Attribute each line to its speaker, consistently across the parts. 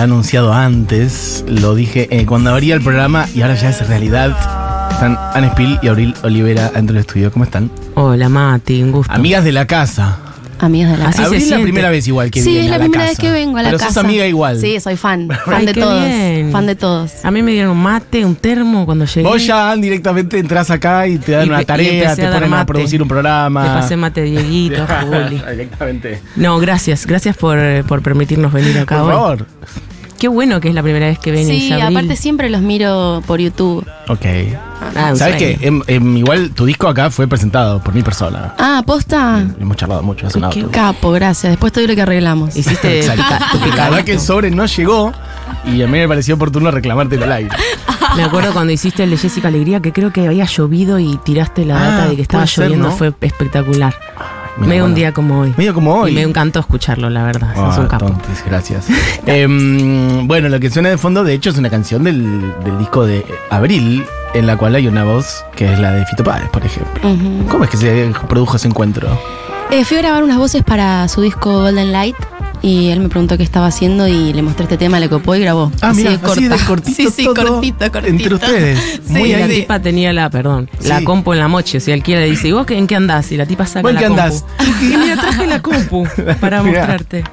Speaker 1: anunciado antes, lo dije eh, cuando abría el programa y ahora ya es realidad. Están Anne Spill y Abril Olivera dentro del estudio. ¿Cómo están?
Speaker 2: Hola Mati, un gusto.
Speaker 1: Amigas de la casa.
Speaker 3: Amigas de la
Speaker 2: Así
Speaker 3: casa.
Speaker 2: se
Speaker 1: Abril es la
Speaker 2: siente.
Speaker 1: primera vez igual Ah, que
Speaker 3: Sí,
Speaker 1: viene
Speaker 3: es la
Speaker 1: a la
Speaker 3: primera
Speaker 1: casa.
Speaker 3: vez que vengo a la
Speaker 1: Pero
Speaker 3: casa.
Speaker 1: sos amiga igual.
Speaker 3: Sí, soy fan. Fan
Speaker 2: Ay,
Speaker 3: de
Speaker 2: qué
Speaker 3: todos.
Speaker 2: bien.
Speaker 3: Fan de todos.
Speaker 2: A mí me dieron un mate, un termo cuando llegué.
Speaker 1: Vos ya Ann, directamente entras acá y te dan
Speaker 2: Y pe-
Speaker 1: una
Speaker 2: y empecé
Speaker 1: tarea,
Speaker 2: a
Speaker 1: te
Speaker 2: dar
Speaker 1: ponen a
Speaker 2: mate.
Speaker 1: producir un
Speaker 2: Te
Speaker 1: programa.
Speaker 2: pasé mate Dieguito, Juli.
Speaker 1: Directamente.
Speaker 2: No, gracias, gracias por, eh, por permitirnos venir
Speaker 1: Por
Speaker 2: acá hoy.
Speaker 1: favor.
Speaker 2: Qué bueno que es la primera vez que venís,
Speaker 3: Sí,
Speaker 2: Abril.
Speaker 3: aparte siempre los miro por YouTube.
Speaker 1: Ok.
Speaker 2: Ah, un
Speaker 1: ¿Sabes
Speaker 2: sueño.
Speaker 1: qué? Em- em, igual tu disco acá fue presentado por mi persona.
Speaker 3: Ah, posta.
Speaker 1: Hemos charlado mucho, ha sonado
Speaker 2: qué
Speaker 1: tu-
Speaker 3: Capo, gracias. Después te doy lo que arreglamos.
Speaker 2: Hiciste
Speaker 1: Exacto.
Speaker 2: pica-
Speaker 1: Porque la verdad que el
Speaker 2: picadito.
Speaker 1: sobre no llegó y a mí me pareció oportuno reclamarte el aire.
Speaker 2: Me acuerdo cuando hiciste el de Jessica Alegría, que creo que había llovido y tiraste la
Speaker 1: Ah,
Speaker 2: data de que estaba
Speaker 1: puede ser,
Speaker 2: lloviendo,
Speaker 1: ¿no?
Speaker 2: fue espectacular.
Speaker 1: mira,
Speaker 2: medio
Speaker 1: bueno.
Speaker 2: un día como hoy.
Speaker 1: Medio como hoy.
Speaker 2: Y me encantó escucharlo, la verdad.
Speaker 1: Ah,
Speaker 2: Sos un capo.
Speaker 1: tontis, gracias. Em, bueno, lo que suena de fondo, de hecho, es una canción del, del disco de Abril, en la cual hay una voz que es la de Fito Páez, por ejemplo.
Speaker 3: Ujú.
Speaker 1: ¿Cómo es que se produjo ese encuentro?
Speaker 3: Eh, fui a grabar unas voces para su disco Golden Light. Y él me preguntó qué estaba haciendo y le mostré este tema, le copó y grabó.
Speaker 1: mirá,
Speaker 3: de corta.
Speaker 1: cortito
Speaker 3: Sí, sí,
Speaker 1: todo
Speaker 3: cortito, cortito.
Speaker 1: Entre ustedes.
Speaker 3: Sí,
Speaker 1: Muy
Speaker 2: Y la
Speaker 1: ahí.
Speaker 2: tipa tenía la, perdón,
Speaker 1: Sí.
Speaker 2: la compu en la moche. Si alquiler le dice, ¿y vos qué- en qué andás? Y la tipa saca
Speaker 1: ¿Vos en
Speaker 2: la
Speaker 1: qué
Speaker 2: compu.
Speaker 1: andás?
Speaker 2: Y mira, traje la compu para
Speaker 1: Mirá.
Speaker 2: mostrarte.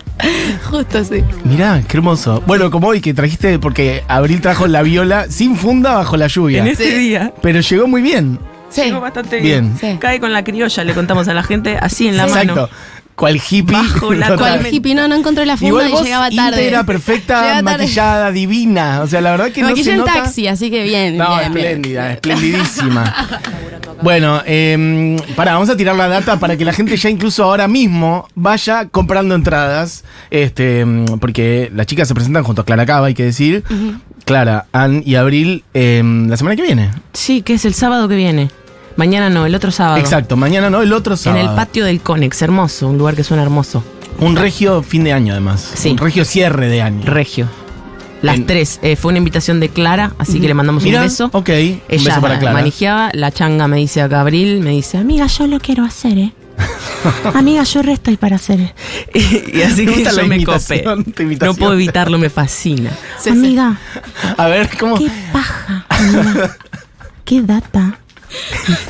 Speaker 3: Justo, sí.
Speaker 1: Mirá, qué hermoso. Bueno, como hoy que trajiste, porque Abril trajo la viola sin funda bajo la lluvia.
Speaker 2: En este
Speaker 3: Sí.
Speaker 2: día.
Speaker 1: Pero llegó muy bien.
Speaker 3: Sí.
Speaker 2: Llegó bastante
Speaker 1: Bien.
Speaker 2: bien.
Speaker 3: Sí.
Speaker 2: Cae con la criolla, le contamos a la gente, así en la
Speaker 1: Exacto.
Speaker 2: mano.
Speaker 1: Cual hippie.
Speaker 2: Bajo la
Speaker 1: Total.
Speaker 3: Cual
Speaker 2: Totalmente.
Speaker 3: hippie, no, no encontré la funda
Speaker 1: Igual
Speaker 3: y
Speaker 1: vos
Speaker 3: llegaba tarde.
Speaker 1: íntegra, perfecta,
Speaker 3: Llegaba tarde.
Speaker 1: maquillada, divina. O sea, la verdad que
Speaker 3: Me
Speaker 1: no
Speaker 3: maquillé
Speaker 1: se
Speaker 3: en
Speaker 1: nota.
Speaker 3: taxi, así que bien.
Speaker 1: No,
Speaker 3: bien, bien.
Speaker 1: espléndida, esplendidísima. Bueno, eh, pará, vamos a tirar la data para que la gente ya incluso ahora mismo vaya comprando entradas. Este, mm, porque las chicas se presentan junto a Clara Cava, hay que decir. Clara, Ann y Abril eh, la semana que viene.
Speaker 2: Sí, que es el sábado que viene. Mañana no, el otro sábado.
Speaker 1: Exacto, mañana no, el otro
Speaker 2: En
Speaker 1: sábado.
Speaker 2: el patio del Conex, hermoso, un lugar que suena hermoso.
Speaker 1: Un regio fin de año, además.
Speaker 2: Sí.
Speaker 1: Un regio cierre de año.
Speaker 2: Regio. Las
Speaker 1: En-
Speaker 2: tres. eh, fue una invitación de Clara, así que le mandamos
Speaker 1: Mirá,
Speaker 2: un beso.
Speaker 1: Ok, un
Speaker 2: Ella
Speaker 1: beso para Clara.
Speaker 2: manejaba, la changa me dice a Gabriel, me dice, amiga, yo lo quiero hacer, ¿eh? Amiga, yo re estoy para hacer. eh". Y, y así
Speaker 1: Me
Speaker 2: que
Speaker 1: gusta la
Speaker 2: yo me copé.
Speaker 1: imitación, tu
Speaker 2: No
Speaker 1: imitación.
Speaker 2: puedo evitarlo, me fascina.
Speaker 3: Sí, sí.
Speaker 4: amiga,
Speaker 1: A ver, ¿cómo?
Speaker 4: qué paja, amiga. Qué data.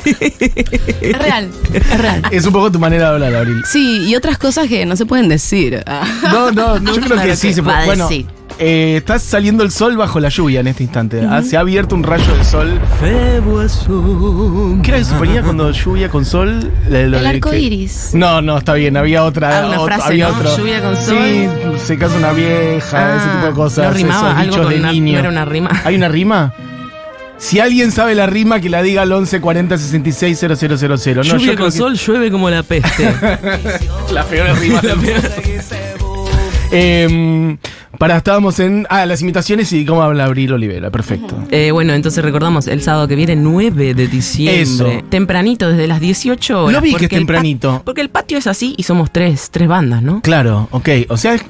Speaker 3: Es real, es real.
Speaker 1: Es un poco tu manera de hablar, Abril.
Speaker 3: Sí, y otras cosas que no se pueden decir. Ah.
Speaker 1: No, no, no, yo creo que
Speaker 2: Claro
Speaker 1: sí
Speaker 2: que
Speaker 1: se
Speaker 2: va
Speaker 1: puede.
Speaker 2: a
Speaker 1: Bueno,
Speaker 2: decir.
Speaker 1: eh, está saliendo el sol bajo la lluvia en este instante. Ah, Se ha abierto un rayo de sol. ¿Qué era que se ponía cuando lluvia con sol? Le- lo
Speaker 3: El
Speaker 1: de
Speaker 3: arco
Speaker 1: que-
Speaker 3: iris.
Speaker 1: No, no, está bien, había otra.
Speaker 2: Ah, una
Speaker 1: ot-
Speaker 2: frase,
Speaker 1: había
Speaker 2: ¿no?
Speaker 1: otro.
Speaker 2: Lluvia con
Speaker 1: Sí, se casa una vieja, ese
Speaker 2: Ah,
Speaker 1: tipo de cosas.
Speaker 2: ¿no rimaba?
Speaker 1: esos
Speaker 2: Algo
Speaker 1: dichos
Speaker 2: con
Speaker 1: de
Speaker 2: una-
Speaker 1: niño.
Speaker 2: no era una rima.
Speaker 1: ¿Hay una rima? Si alguien sabe la rima, que la diga al 11 40 66 000. No, yo creo que-
Speaker 2: llueve como la peste.
Speaker 1: La peor rima la peor. Em, para, estábamos en. Ah, las imitaciones y cómo habla Abril Olivera. Perfecto.
Speaker 2: Eh, bueno, entonces recordamos el sábado que viene, 9 de diciembre.
Speaker 1: Eso.
Speaker 2: Tempranito, desde las 18 horas.
Speaker 1: Lo vi que
Speaker 2: porque
Speaker 1: es
Speaker 2: el pat-
Speaker 1: tempranito.
Speaker 2: porque el patio es así y somos tres, tres bandas, ¿no?
Speaker 1: Claro, ok. O sea, es-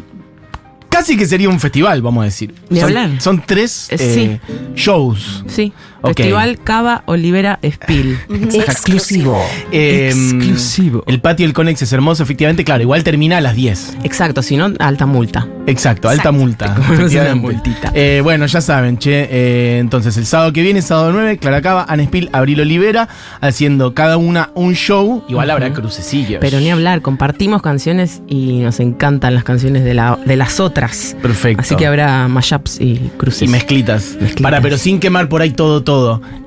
Speaker 1: casi que sería un festival, vamos a decir.
Speaker 2: Ni
Speaker 1: son,
Speaker 2: hablar.
Speaker 1: son tres
Speaker 2: Eh,
Speaker 1: eh, shows.
Speaker 2: Sí.
Speaker 1: Ok.
Speaker 2: Festival Cava Olivera Spill.
Speaker 1: Exclusivo.
Speaker 2: Exclusivo.
Speaker 1: Em, El patio del Conex es hermoso, efectivamente. Claro, igual termina a las 10.
Speaker 2: Exacto, si no, alta multa.
Speaker 1: Exacto, alta multa.
Speaker 2: Te comes una
Speaker 1: efectivamente.
Speaker 2: multita.
Speaker 1: Eh, bueno, ya saben, che. eh, entonces, el sábado que viene, sábado 9, Clara Cava, Anne Spill, Abril Olivera, haciendo cada una un show. Igual habrá crucecillos.
Speaker 2: Pero ni hablar, compartimos canciones y nos encantan las canciones de, la, de las otras.
Speaker 1: Perfecto.
Speaker 2: Así que habrá mashups y
Speaker 1: Y
Speaker 2: cruces.
Speaker 1: mezclitas.
Speaker 2: Mezclitas.
Speaker 1: Para, pero sin quemar por ahí todo, todo.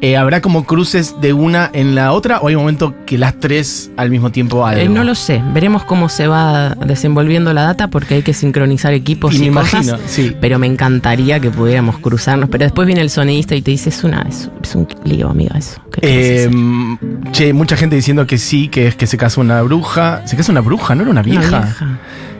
Speaker 1: Eh, ¿Habrá como cruces de una en la otra o hay momento que las tres al mismo tiempo algo?
Speaker 2: Eh, no lo sé, veremos cómo se va desenvolviendo la data porque hay que sincronizar equipos
Speaker 1: Y
Speaker 2: y,
Speaker 1: me
Speaker 2: cosas,
Speaker 1: imagino, sí.
Speaker 2: pues, Pero me encantaría que pudiéramos cruzarnos. Pero después viene el sonidista y te dice, es una, es, es un lío, amiga, eso. ¿Qué querés
Speaker 1: Eh,
Speaker 2: hacer?".
Speaker 1: che, mucha gente diciendo que sí, que es que se casó una bruja. ¿Se casó una bruja? ¿No era una
Speaker 2: Una
Speaker 1: vieja?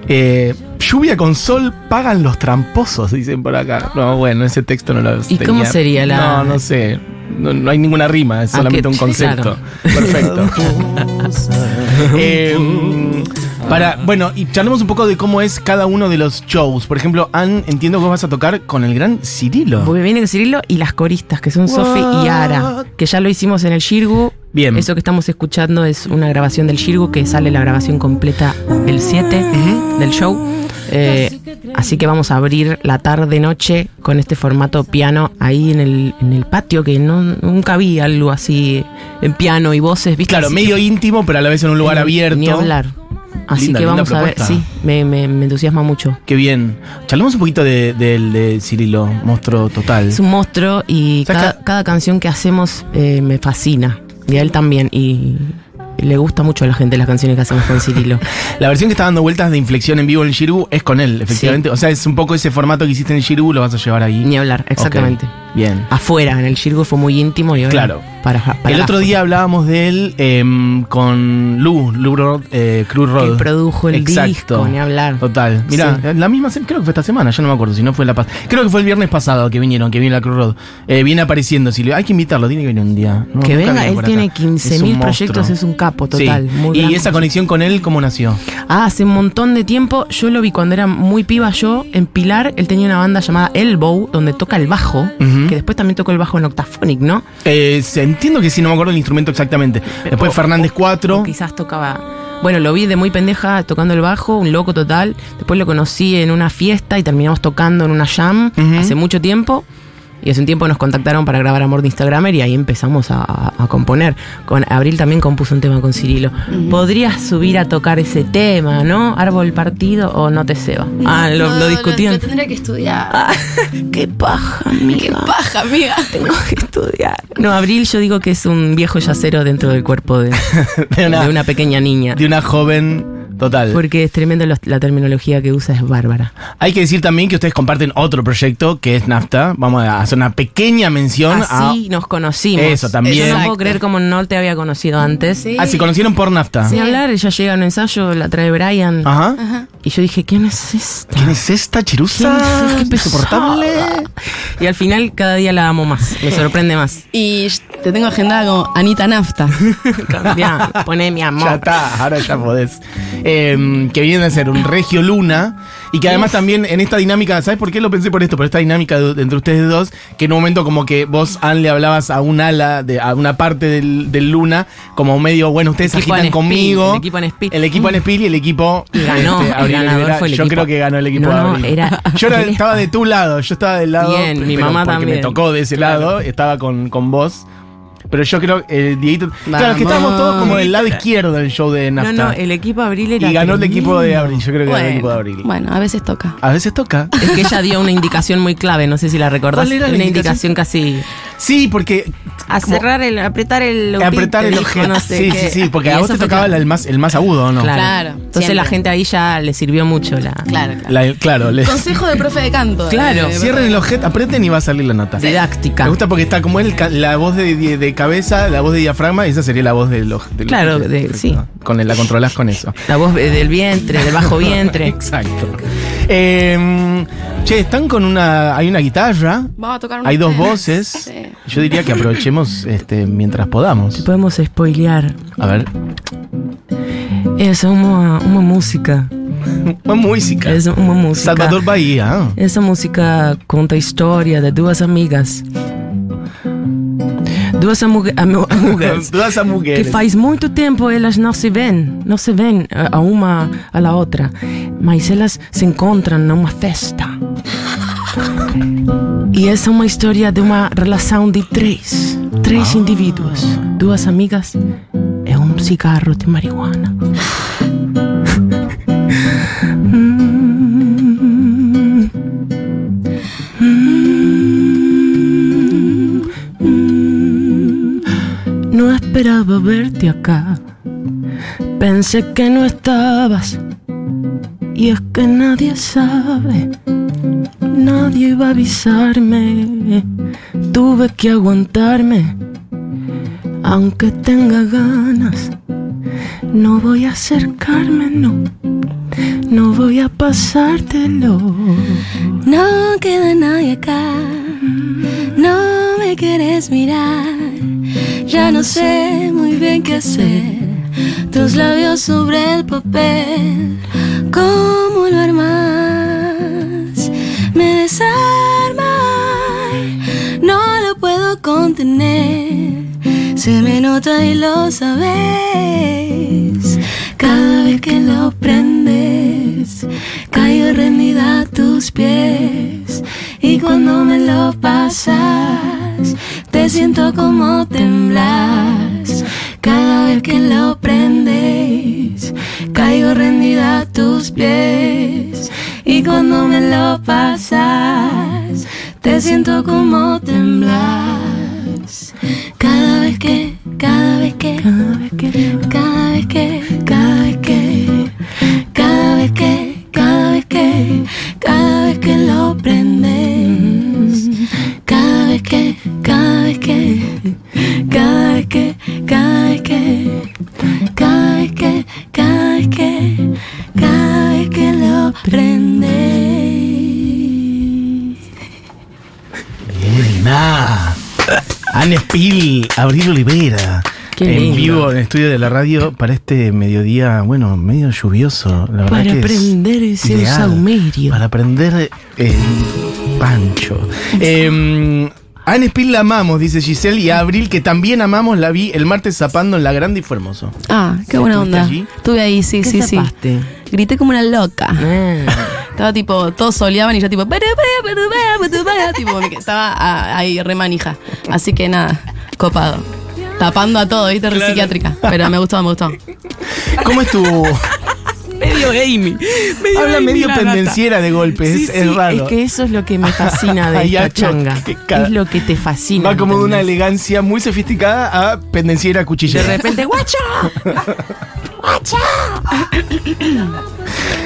Speaker 1: Eh, lluvia con sol pagan los tramposos, dicen por acá. No, bueno, ese texto no lo
Speaker 2: ¿Y cómo
Speaker 1: tenía.
Speaker 2: sería la-
Speaker 1: No, no sé. No, no hay ninguna rima, es
Speaker 2: Ah,
Speaker 1: solamente
Speaker 2: que-
Speaker 1: un concepto.
Speaker 2: claro.
Speaker 1: Perfecto. Eh, para, bueno, y charlemos un poco de cómo es cada uno de los shows. Por ejemplo, Ann, entiendo que vos vas a tocar con el gran Cirilo.
Speaker 2: Porque viene Cirilo y las coristas, que son Sofi y Ara, que ya lo hicimos en el Shirgu.
Speaker 1: Bien.
Speaker 2: Eso que estamos escuchando es una grabación del Shirgu, que sale la grabación completa el 7 del show. Eh, así que vamos a abrir la tarde-noche con este formato piano ahí en el, en el patio, que no, nunca vi algo así en piano y voces, ¿viste?
Speaker 1: Claro,
Speaker 2: Así
Speaker 1: medio íntimo, pero a la vez en un lugar
Speaker 2: Ni-
Speaker 1: abierto.
Speaker 2: Ni hablar. Así
Speaker 1: Linda,
Speaker 2: que
Speaker 1: linda
Speaker 2: vamos a ver,
Speaker 1: propuesta.
Speaker 2: sí, me, me- me entusiasma mucho.
Speaker 1: Qué bien. Charlemos un poquito de, del de Cirilo, monstruo total.
Speaker 2: Es un monstruo y
Speaker 1: ¿Sabes
Speaker 2: cada,
Speaker 1: qué?
Speaker 2: cada canción que hacemos eh, me fascina. Y a él también. Y le gusta mucho a la gente las canciones que hacemos con Cirilo.
Speaker 1: La versión que está dando vueltas de inflexión en vivo en Shiru es con él, efectivamente. O sea, es un poco ese formato que hiciste en Shiru, lo vas a llevar ahí.
Speaker 2: Ni hablar, exactamente.
Speaker 1: Ok, Bien.
Speaker 2: Afuera, en el circo fue muy íntimo y ahora
Speaker 1: Claro.
Speaker 2: para, para
Speaker 1: El otro
Speaker 2: afuera.
Speaker 1: día hablábamos de él em, con Lu, Lu Rod, eh, Cruz Rod.
Speaker 2: Que produjo el
Speaker 1: Exacto.
Speaker 2: disco, ni hablar.
Speaker 1: Total. Mira, la misma, se- creo que fue esta semana, yo no me acuerdo, si no fue la pas Creo que fue el viernes pasado que vinieron, que vino la Cruz Road. Eh, viene apareciendo, Silvio. Hay que invitarlo, tiene que venir un día. No,
Speaker 2: que
Speaker 1: nunca
Speaker 2: venga,
Speaker 1: vino
Speaker 2: él
Speaker 1: por acá.
Speaker 2: tiene
Speaker 1: Es un
Speaker 2: 15.000 proyectos,
Speaker 1: monstruo.
Speaker 2: es un capo total.
Speaker 1: Sí.
Speaker 2: muy
Speaker 1: ¿Y
Speaker 2: gran
Speaker 1: esa
Speaker 2: capo.
Speaker 1: conexión con él cómo nació?
Speaker 2: Ah, hace un montón de tiempo, yo lo vi cuando era muy piba yo, en Pilar, él tenía una banda llamada Elbow, donde toca el bajo,
Speaker 1: Ujú.
Speaker 2: que después también tocó el bajo en Octaphonic, ¿no?
Speaker 1: Eh, se- entiendo que sí, no me acuerdo el instrumento exactamente. Después
Speaker 2: O-
Speaker 1: Fernández
Speaker 2: o-
Speaker 1: 4.
Speaker 2: o quizás tocaba. Bueno, lo vi de muy pendeja tocando el bajo, un loco total. Después lo conocí en una fiesta y terminamos tocando en una jam
Speaker 1: Ujú.
Speaker 2: hace mucho tiempo. Y hace un tiempo nos contactaron para grabar Amor de Instagramer y ahí empezamos a, a- a componer. Con Abril también compuso un tema con Cirilo. Podrías subir a tocar ese tema, ¿no? Árbol partido o no te ceba. Ah, lo,
Speaker 3: No,
Speaker 2: lo discutían.
Speaker 3: Lo, tendría que estudiar.
Speaker 2: Ah, qué paja,
Speaker 3: Qué
Speaker 2: amiga.
Speaker 3: paja, amiga.
Speaker 2: Tengo que estudiar. No, Abril yo digo que es un viejo yacero dentro del cuerpo de,
Speaker 1: de, una,
Speaker 2: de una pequeña niña.
Speaker 1: de una joven total.
Speaker 2: Porque es tremendo los- la terminología que usa, es bárbara.
Speaker 1: Hay que decir también que ustedes comparten otro proyecto que es NAFTA. Vamos a hacer una pequeña mención
Speaker 2: Así nos conocimos.
Speaker 1: ah, Eso también.
Speaker 2: Yo no
Speaker 3: Exacto.
Speaker 2: puedo creer cómo no te había conocido antes.
Speaker 1: a. Ah, se conocieron por NAFTA.
Speaker 2: Sin hablar, ella llega a un ensayo, la trae Brian.
Speaker 1: Ajá.
Speaker 2: Y yo dije, ¿quién es esta?
Speaker 1: ¿Quién es esta chirusa?
Speaker 2: ¿Quién es
Speaker 1: Qué
Speaker 2: esta
Speaker 1: Ah, insoportable.
Speaker 2: Y al final cada día la amo más, me sorprende más.
Speaker 3: Y te tengo agendada como Anita Nafta.
Speaker 2: Cambia, pone mi
Speaker 1: Ya
Speaker 2: amor.
Speaker 1: está, ahora ya podés. Eh, que viene a ser un Regio Luna. Y que además también en esta dinámica, ¿sabes por qué lo pensé por esto? Por esta dinámica de- entre ustedes dos, que en un momento como que vos, Anne, le hablabas a un ala, de, a una parte del, del Luna, como medio, bueno, ustedes
Speaker 2: Equipo
Speaker 1: agitan
Speaker 2: en speed,
Speaker 1: conmigo.
Speaker 2: el equipo en speed.
Speaker 1: El equipo en speed y el equipo. este,
Speaker 2: Y ganó, el
Speaker 1: Abril
Speaker 2: ganador
Speaker 1: Olivera.
Speaker 2: fue el
Speaker 1: Yo
Speaker 2: equipo.
Speaker 1: creo que ganó el equipo
Speaker 2: No,
Speaker 1: de
Speaker 2: no,
Speaker 1: Abril.
Speaker 2: era-
Speaker 1: Yo era-
Speaker 2: ¿qué les
Speaker 1: estaba de tu lado, yo estaba del lado.
Speaker 2: Bien, mi
Speaker 1: pero
Speaker 2: mamá
Speaker 1: porque me
Speaker 2: también.
Speaker 1: tocó de ese
Speaker 2: Claro.
Speaker 1: lado, estaba con, con vos. Pero yo creo que el Dieguito. Claro, es que
Speaker 3: Vamos.
Speaker 1: estábamos todos como del lado izquierdo del show de
Speaker 2: No,
Speaker 1: Nafta.
Speaker 2: no, el equipo Abril era
Speaker 1: y ganó el
Speaker 2: tremendo.
Speaker 1: equipo de Abril. Yo creo que ganó el equipo de Abril.
Speaker 3: bueno, a veces toca.
Speaker 1: A veces toca.
Speaker 2: Es que ella dio una indicación muy clave, no sé si la recordás.
Speaker 1: ¿Cuál era la
Speaker 2: una
Speaker 1: indicación?
Speaker 2: indicación casi
Speaker 1: Sí, porque
Speaker 2: A cerrar el, apretar el
Speaker 1: apretar el
Speaker 2: ojito,
Speaker 1: objeto.
Speaker 2: no sé
Speaker 1: sí,
Speaker 2: qué.
Speaker 1: sí, sí, porque
Speaker 2: Y
Speaker 1: a vos
Speaker 2: eso
Speaker 1: te
Speaker 2: fue
Speaker 1: tocaba
Speaker 2: claro.
Speaker 1: el más, el más agudo, ¿o no?
Speaker 2: Claro.
Speaker 3: Claro,
Speaker 2: Entonces
Speaker 3: siempre.
Speaker 2: la gente ahí ya le sirvió mucho la.
Speaker 3: Claro, claro.
Speaker 1: La- claro, le-
Speaker 3: Consejo de profe de canto.
Speaker 2: Claro.
Speaker 3: Eh,
Speaker 1: cierren el objeto, aprieten y va a salir la nota.
Speaker 2: Didáctica.
Speaker 1: Me gusta porque está como el ca- la voz de, de- de cabeza, la voz de diafragma, y esa sería la voz del oj- del
Speaker 2: Claro,
Speaker 1: objeto.
Speaker 2: de- sí.
Speaker 1: Con el- la controlás con eso.
Speaker 2: La voz eh, del vientre, del bajo vientre.
Speaker 1: Exacto. Eh, che, están con una. Hay una guitarra.
Speaker 3: Vamos a tocar un
Speaker 1: Hay dos voces. Yo diría que aprovechemos este, mientras podamos.
Speaker 2: Podemos spoilear.
Speaker 1: A ver.
Speaker 2: Es una, una música.
Speaker 1: Buen música.
Speaker 2: Es una música.
Speaker 1: Salvador Bahía.
Speaker 2: Essa música conta a história de duas amigas. Duas amu- amu- amigas.
Speaker 1: Todas esas
Speaker 2: que
Speaker 1: mujeres.
Speaker 2: faz muito tempo elas não se veem, não se veem eh, a uma a outra, mas elas se encontram numa festa. E essa é uma história de uma relação de três, três indivíduos, duas amigas e um cigarro de marihuana. Hum. Hum. Hum. No esperaba verte acá. Pensé que no estabas. Y es que nadie sabe. Nadie iba a avisarme. Tuve que aguantarme. Aunque tenga ganas. No voy a acercarme, no. No voy a pasártelo.
Speaker 3: No queda nadie acá. No me querés mirar. Ya no sé muy bien qué hacer. Tus labios sobre el papel. ¿Cómo lo armas? Me desarma. No lo puedo contener. Se me nota y lo sabes. Cada vez que lo prendes,
Speaker 5: caigo rendida a tus pies y cuando me lo pasas te siento como temblas cada vez que lo prendes caigo rendida a tus pies y cuando me lo pasas te siento como temblas cada vez que cada vez que cada vez que cada vez que cada vez que cada vez que cada vez que cada vez que lo prendes cada vez que cada vez que cada vez que cada vez que cada vez que cada vez que cada vez que lo prendes
Speaker 1: Linda. Anne Spill, Abril Olivera.
Speaker 2: Qué
Speaker 1: en
Speaker 2: lindo.
Speaker 1: vivo en el estudio de la radio para este mediodía, bueno, medio lluvioso, la verdad
Speaker 2: Para
Speaker 1: que es
Speaker 2: prender ese
Speaker 1: ideal.
Speaker 2: saumerio.
Speaker 1: Para prender el pancho. Eh, Anne Spill la amamos, dice Giselle, y a Abril, que también amamos, la vi el martes zapando en la grande y fue hermoso.
Speaker 3: Ah, qué
Speaker 1: ¿Sí?
Speaker 3: buena
Speaker 1: ¿Estuviste
Speaker 3: onda.
Speaker 1: allí?
Speaker 3: Estuve ahí, sí, sí, sí.
Speaker 2: zapaste?
Speaker 3: Grité como una loca.
Speaker 2: Ah.
Speaker 3: Estaba tipo, todos soleaban y yo tipo, "Para, para, para, para, para, para", tipo, me que- estaba ah, ahí re manija. Así que nada, copado. Tapando a todo, viste, re psiquiátrica. Pero me gustó, me gustó.
Speaker 1: ¿Cómo estuvo?
Speaker 2: Medio Amy. Medio
Speaker 1: Habla
Speaker 2: Amy
Speaker 1: medio
Speaker 2: la gata.
Speaker 1: pendenciera de golpes,
Speaker 2: Sí,
Speaker 1: es,
Speaker 2: sí,
Speaker 1: es raro.
Speaker 2: que eso es lo que me fascina de
Speaker 1: Hay
Speaker 2: esta
Speaker 1: algo
Speaker 2: changa.
Speaker 1: que cada-
Speaker 2: Es lo que te fascina.
Speaker 1: Va como de una
Speaker 2: ¿entendés?
Speaker 1: elegancia muy sofisticada a pendenciera
Speaker 2: De
Speaker 1: cuchillera.
Speaker 2: repente, guacho.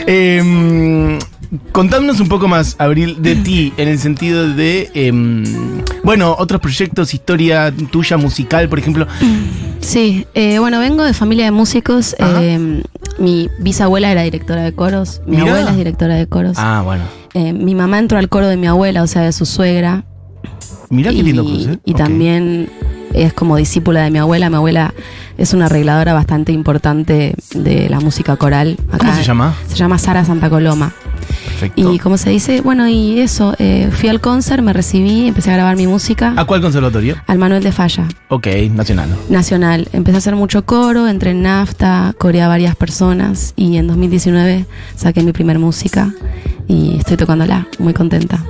Speaker 1: Eh, contándonos un poco más, Abril, de ti, en el sentido de, eh, bueno, otros proyectos, historia tuya, musical, por ejemplo.
Speaker 3: Sí, eh, bueno, vengo de familia de músicos.
Speaker 1: Ajá.
Speaker 3: Eh, mi bisabuela era directora de coros, mi
Speaker 1: Mirá.
Speaker 3: abuela es directora de coros.
Speaker 1: Ah, bueno.
Speaker 3: Eh, mi mamá entró al coro de mi abuela, o sea, de su suegra.
Speaker 1: Mirá qué
Speaker 3: y,
Speaker 1: lindo cruce. ¿eh?
Speaker 3: y
Speaker 1: Ok.
Speaker 3: también es como discípula de mi abuela. Mi abuela es una arregladora bastante importante de la música coral.
Speaker 1: ¿Cómo
Speaker 3: acá.
Speaker 1: se llama?
Speaker 3: Se llama Sara Santa Coloma.
Speaker 1: Perfecto.
Speaker 3: Y como se dice, bueno, y eso, eh, fui al concert, me recibí, empecé a grabar mi música
Speaker 1: ¿A cuál conservatorio?
Speaker 3: al Manuel de Falla,
Speaker 1: Ok, nacional.
Speaker 3: nacional. Empecé a hacer mucho coro, entré en nafta, coreé a varias personas y en 2019 saqué mi primer música y estoy tocándola, muy contenta.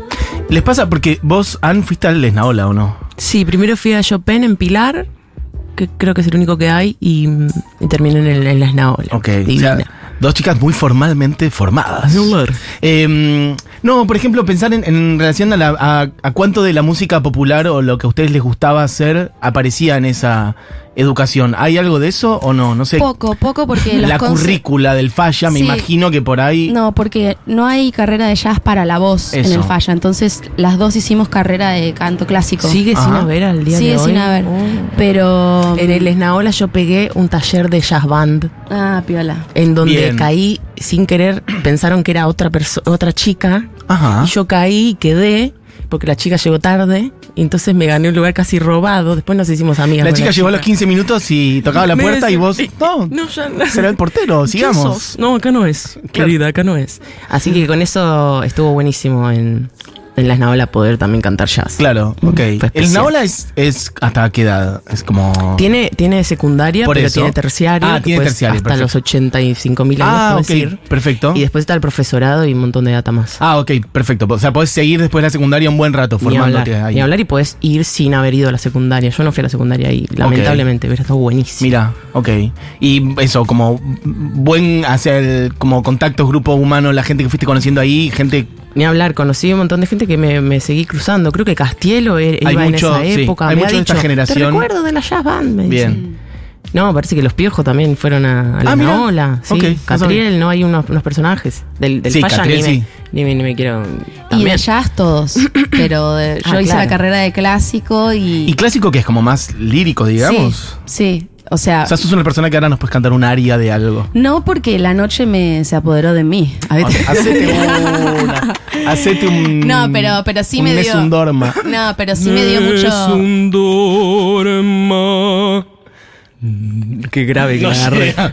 Speaker 1: ¿Les pasa porque vos, Ann, fuiste al Lesnaola o no?
Speaker 2: Sí, primero fui a Chopin en Pilar, que creo que es el único que hay, y, y terminé en, el- en la Esnaola.
Speaker 1: Ok.
Speaker 2: Divina.
Speaker 1: o sea, dos chicas muy formalmente formadas.
Speaker 2: Miller.
Speaker 1: Eh, no, por ejemplo, pensar en, en relación a, la- a- a cuánto de la música popular o lo que a ustedes les gustaba hacer aparecía en esa educación. ¿Hay algo de eso o no? No sé.
Speaker 3: Poco, poco porque los
Speaker 1: la
Speaker 3: conce-
Speaker 1: currícula del falla, me
Speaker 3: Sí.
Speaker 1: imagino que por ahí.
Speaker 3: No, porque no hay carrera de jazz para la voz en
Speaker 1: Eso.
Speaker 3: el falla, entonces las dos hicimos carrera de canto clásico.
Speaker 2: Sigue sin
Speaker 1: Ajá.
Speaker 2: haber al día
Speaker 3: Sigue
Speaker 2: de hoy.
Speaker 3: sin haber.
Speaker 2: Oh.
Speaker 3: Pero...
Speaker 2: En el Esnaola yo pegué un taller de jazz band.
Speaker 3: Ah, piola.
Speaker 2: en donde
Speaker 1: Bien.
Speaker 2: caí sin querer, pensaron que era otra perso- otra chica,
Speaker 1: Ajá.
Speaker 2: y yo caí y quedé, porque la chica llegó tarde, y entonces me gané un lugar casi robado, después nos hicimos amigas.
Speaker 1: la
Speaker 2: con
Speaker 1: chica llegó a los 15 minutos y tocaba la
Speaker 2: Me
Speaker 1: puerta y
Speaker 2: decía,
Speaker 1: vos. No,
Speaker 2: No, ya no.
Speaker 1: será el portero, sigamos.
Speaker 2: Sos? No, acá no es, querida, acá no es. Así que con eso estuvo buenísimo en, en Las Naola poder también cantar jazz.
Speaker 1: Claro, ok.
Speaker 2: Mm. especial.
Speaker 1: El Naola es, es hasta qué edad? Es como.
Speaker 2: Tiene, tiene secundaria,
Speaker 1: Por
Speaker 2: pero
Speaker 1: eso.
Speaker 2: tiene terciario.
Speaker 1: Ah,
Speaker 2: que
Speaker 1: tiene
Speaker 2: puedes
Speaker 1: terciario,
Speaker 2: Hasta
Speaker 1: perfecto.
Speaker 2: los 85 mil años,
Speaker 1: ah, ok.
Speaker 2: puedes ir.
Speaker 1: Perfecto.
Speaker 2: Y después está el profesorado y un montón de data más.
Speaker 1: Ah, ok, perfecto. O sea, podés seguir después de la secundaria un buen rato
Speaker 2: Ni hablar,
Speaker 1: formándote ahí.
Speaker 2: ni hablar y podés ir sin haber ido a la secundaria. Yo no fui a la secundaria y lamentablemente hubiera estado buenísimo.
Speaker 1: Mira, ok. Y eso, como buen hacia el como contactos, grupo humano, la gente que fuiste conociendo ahí, gente.
Speaker 2: Ni hablar, conocí un montón de gente que me, me seguí cruzando. Creo que Castielo e-
Speaker 1: Hay
Speaker 2: iba
Speaker 1: mucho,
Speaker 2: en
Speaker 1: sí,
Speaker 2: esa época.
Speaker 1: hay
Speaker 2: me
Speaker 1: mucho
Speaker 2: ha
Speaker 1: de esta
Speaker 2: dicho, Te
Speaker 1: generación".
Speaker 2: recuerdo de la jazz band. me dice.
Speaker 1: Bien.
Speaker 2: No, parece que los piojos también fueron a, a la
Speaker 1: Ah, mirá.
Speaker 2: Naola. Sí,
Speaker 1: Ok, no
Speaker 2: Catriel,
Speaker 1: sabía.
Speaker 2: no hay unos, unos personajes del, del
Speaker 1: Sí,
Speaker 2: Falla,
Speaker 1: Catriel,
Speaker 2: ni,
Speaker 1: sí.
Speaker 2: me, ni, me, ni me quiero.
Speaker 3: Y
Speaker 2: También.
Speaker 3: de jazz todos, pero de- yo
Speaker 2: Ah,
Speaker 3: hice la
Speaker 2: claro.
Speaker 3: carrera de clásico y...
Speaker 1: Y clásico que es como más lírico, digamos.
Speaker 3: Sí, sí, o sea...
Speaker 1: O sea, sos una persona que ahora nos puedes cantar un aria de algo.
Speaker 3: no porque la noche me se apoderó de mí. A ver, te-
Speaker 1: Hacete una. Hacete un.
Speaker 3: No, pero- pero sí
Speaker 1: un
Speaker 3: me
Speaker 1: mes
Speaker 3: dio-
Speaker 1: un dorma.
Speaker 3: no, pero sí me dio mucho...
Speaker 2: Qué grave que la agarré. Ah,